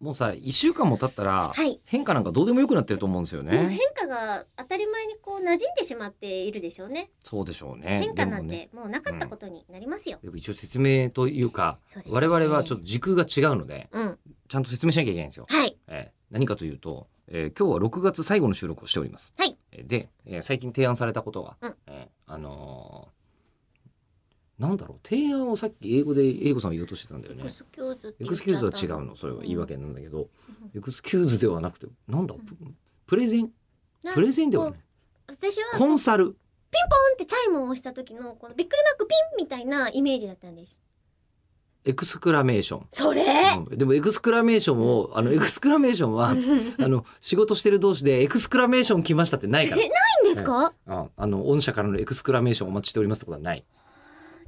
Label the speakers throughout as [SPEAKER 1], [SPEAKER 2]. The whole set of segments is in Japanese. [SPEAKER 1] もうさ1週間も経ったら
[SPEAKER 2] はい
[SPEAKER 1] 変化なんかどうでもよくなってると思うんですよ
[SPEAKER 2] もう
[SPEAKER 1] ね。
[SPEAKER 2] 変化が当たり前にこう馴染んでしまっているでしょうね。
[SPEAKER 1] そうでしょうね。
[SPEAKER 2] 変化
[SPEAKER 1] で
[SPEAKER 2] な
[SPEAKER 1] も
[SPEAKER 2] ん
[SPEAKER 1] ね
[SPEAKER 2] てもうなかったことになりますよ。
[SPEAKER 1] でも一応説明というか
[SPEAKER 2] そうですね
[SPEAKER 1] 我々はちょっと時空が違うので
[SPEAKER 2] うん。
[SPEAKER 1] ちゃんと説明しなきゃいけないんですよ。
[SPEAKER 2] はい。
[SPEAKER 1] えー何かというと、えー今日は6月最後の収録をしております。
[SPEAKER 2] はい
[SPEAKER 1] えーで、えー最近提案されたことが、
[SPEAKER 2] うん
[SPEAKER 1] えーあのーなんだろう提案をさっき英語で英語さんは言おうとしてたんだよ
[SPEAKER 2] エ
[SPEAKER 1] ね
[SPEAKER 2] ク。スキューズって
[SPEAKER 1] エ
[SPEAKER 2] 言
[SPEAKER 1] ク
[SPEAKER 2] っ
[SPEAKER 1] ス
[SPEAKER 2] ち
[SPEAKER 1] キュ
[SPEAKER 2] ゃ
[SPEAKER 1] ー
[SPEAKER 2] っ
[SPEAKER 1] ズ
[SPEAKER 2] た
[SPEAKER 1] は違うのそれは言い訳なんだけど、
[SPEAKER 2] う
[SPEAKER 1] エクスキューズではなくてなんだ、
[SPEAKER 2] ん
[SPEAKER 1] ププレゼン
[SPEAKER 2] な
[SPEAKER 1] プレゼンではない
[SPEAKER 2] 私は
[SPEAKER 1] コ
[SPEAKER 2] ポン
[SPEAKER 1] ンサル
[SPEAKER 2] ってチャイムを押した時のこのびっくりマークピンみたいなイメージだったんです。
[SPEAKER 1] エクスクラメーション。
[SPEAKER 2] それ、
[SPEAKER 1] うんでもエクスクラメーションをあのエクスクラメーションはあの仕事してる同士でエクスクラメーション来ましたってないか
[SPEAKER 2] えないんですか、
[SPEAKER 1] ら、うんあの御社からのエクスクラメーションお待ちしておりますってことはない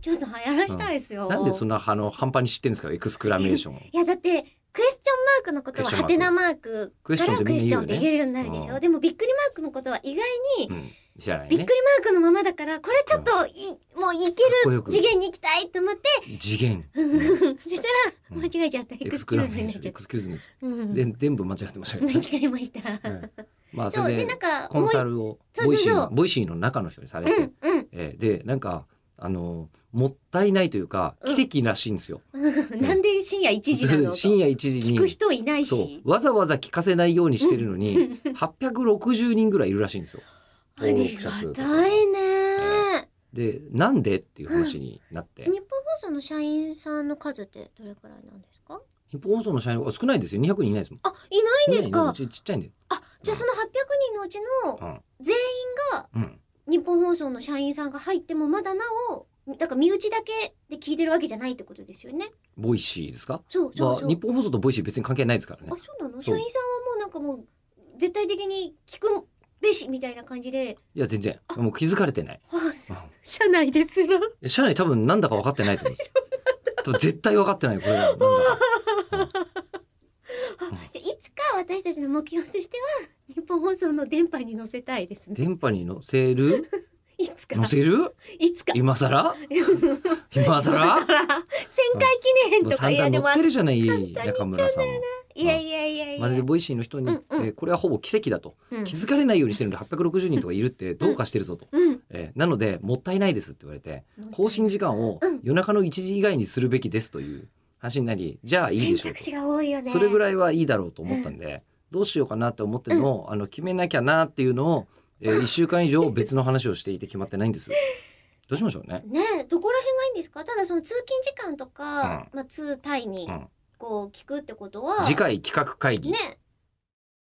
[SPEAKER 2] ちょっと流行らしたいですよ。
[SPEAKER 1] なんでそんなあの半端に知ってんですかエクスクラメーショ ンを
[SPEAKER 2] いやだってクエスチョンマークのことはハテナマーク
[SPEAKER 1] クエス
[SPEAKER 2] か
[SPEAKER 1] チョン
[SPEAKER 2] ら
[SPEAKER 1] マーク
[SPEAKER 2] クエスチョンって言えるようになるでし
[SPEAKER 1] う
[SPEAKER 2] ょ
[SPEAKER 1] ん
[SPEAKER 2] でもびっくりマークのことは意外に
[SPEAKER 1] うん知らない
[SPEAKER 2] びっ
[SPEAKER 1] ね
[SPEAKER 2] くりマークのままだからこれちょっとい、もういけ
[SPEAKER 1] こ
[SPEAKER 2] る
[SPEAKER 1] よく
[SPEAKER 2] 次元に行きたいと思って
[SPEAKER 1] 次元
[SPEAKER 2] そした
[SPEAKER 1] う
[SPEAKER 2] ら
[SPEAKER 1] ん
[SPEAKER 2] 間違えちゃったエ
[SPEAKER 1] エ
[SPEAKER 2] ク
[SPEAKER 1] ク
[SPEAKER 2] ス
[SPEAKER 1] ス
[SPEAKER 2] キ
[SPEAKER 1] ク
[SPEAKER 2] ュ
[SPEAKER 1] ラメ
[SPEAKER 2] ーズに
[SPEAKER 1] ー
[SPEAKER 2] な
[SPEAKER 1] ショ
[SPEAKER 2] っ
[SPEAKER 1] ン
[SPEAKER 2] ちゃ
[SPEAKER 1] エ
[SPEAKER 2] っ
[SPEAKER 1] クスキューズに
[SPEAKER 2] た。うん
[SPEAKER 1] で全部間違ってましたけど
[SPEAKER 2] 間
[SPEAKER 1] ね、
[SPEAKER 2] 違えました。
[SPEAKER 1] うんまあそ
[SPEAKER 2] そう
[SPEAKER 1] れ
[SPEAKER 2] で
[SPEAKER 1] で
[SPEAKER 2] なんか
[SPEAKER 1] コン
[SPEAKER 2] 思い
[SPEAKER 1] サルを
[SPEAKER 2] そう
[SPEAKER 1] ボ
[SPEAKER 2] そう
[SPEAKER 1] イシー
[SPEAKER 2] そう
[SPEAKER 1] のボイシーの中の人にされて、
[SPEAKER 2] うんうん
[SPEAKER 1] えーでなんかあのもったいないというか
[SPEAKER 2] うん
[SPEAKER 1] 奇跡らしいんですよ。
[SPEAKER 2] うんなんで深夜1時なの と
[SPEAKER 1] 深夜1時に
[SPEAKER 2] 聞く人いない
[SPEAKER 1] そ
[SPEAKER 2] し
[SPEAKER 1] うわざわざ聞かせないようにしてるのに860人ぐらいいるらしいんですよ。
[SPEAKER 2] ありがたいね。
[SPEAKER 1] でなんでっていう話になって
[SPEAKER 2] 日本放送の社員さんの数ってどれくらいなんですか
[SPEAKER 1] 日本放送の社員は少ないですよ200人いないですもん。
[SPEAKER 2] あいないんです
[SPEAKER 1] いない
[SPEAKER 2] か
[SPEAKER 1] ちちっちゃいんで。
[SPEAKER 2] あじゃあその800人のうち
[SPEAKER 1] う
[SPEAKER 2] の
[SPEAKER 1] ん
[SPEAKER 2] 全員が
[SPEAKER 1] うん、
[SPEAKER 2] 日本放送の社員さんが入ってもまだなおだから身内だけで聞いてるわけじゃないってことですよね。
[SPEAKER 1] ボイシーですか
[SPEAKER 2] そうそうそ
[SPEAKER 1] まあ、
[SPEAKER 2] う
[SPEAKER 1] 日。本放送とボイシー別に関係ないですからね
[SPEAKER 2] あ。そうなの
[SPEAKER 1] そ
[SPEAKER 2] 社
[SPEAKER 1] う
[SPEAKER 2] 員さんはもうなんかもう絶対的に聞くべしみたいな感じで
[SPEAKER 1] いや全然もう気づかれてない。
[SPEAKER 2] あ社内です ら
[SPEAKER 1] え社内多分なんだか分かってないと思うんです よ。多分絶対分かってないこれはなんだか。
[SPEAKER 2] でいつか私たちの目標としては日本放送の電波に乗せたいですね
[SPEAKER 1] 電波に乗せ る
[SPEAKER 2] いつか
[SPEAKER 1] 乗せる
[SPEAKER 2] いつか
[SPEAKER 1] 今更今
[SPEAKER 2] だか
[SPEAKER 1] 更
[SPEAKER 2] ら1000回記念
[SPEAKER 1] もう
[SPEAKER 2] とか
[SPEAKER 1] 散
[SPEAKER 2] い
[SPEAKER 1] 々
[SPEAKER 2] やで
[SPEAKER 1] 乗
[SPEAKER 2] も
[SPEAKER 1] ってるじゃない
[SPEAKER 2] 簡
[SPEAKER 1] 中
[SPEAKER 2] 単に言っち
[SPEAKER 1] 村
[SPEAKER 2] ゃうん
[SPEAKER 1] さん
[SPEAKER 2] だ
[SPEAKER 1] も
[SPEAKER 2] よいやいやいやいや
[SPEAKER 1] まるでボイシーの人に、
[SPEAKER 2] うんうん
[SPEAKER 1] えーこれはほぼ奇跡だと
[SPEAKER 2] うん
[SPEAKER 1] 気づかれないようにしてるのに860人とかいるってどうかしてるぞと、
[SPEAKER 2] うん
[SPEAKER 1] えーなのでもったいないですって言われて更新時間を
[SPEAKER 2] うん
[SPEAKER 1] 夜中の1時以外にするべきですという話になりじゃあいいでしょ
[SPEAKER 2] 選
[SPEAKER 1] う
[SPEAKER 2] 択肢が多いよ
[SPEAKER 1] と
[SPEAKER 2] ね
[SPEAKER 1] それぐ
[SPEAKER 2] い
[SPEAKER 1] らいはいいだろうと思ったんでどうしようかなって思ってるのをあの決めなきゃなっていうのを、え1週間以上別の話をしていて決まってないんですよ。どうしましょうね。
[SPEAKER 2] ねえどこら辺がいいんですかただその通勤時間とか、まあ通対に
[SPEAKER 1] うん
[SPEAKER 2] こう聞くってことは、
[SPEAKER 1] 次回企画会議、
[SPEAKER 2] ね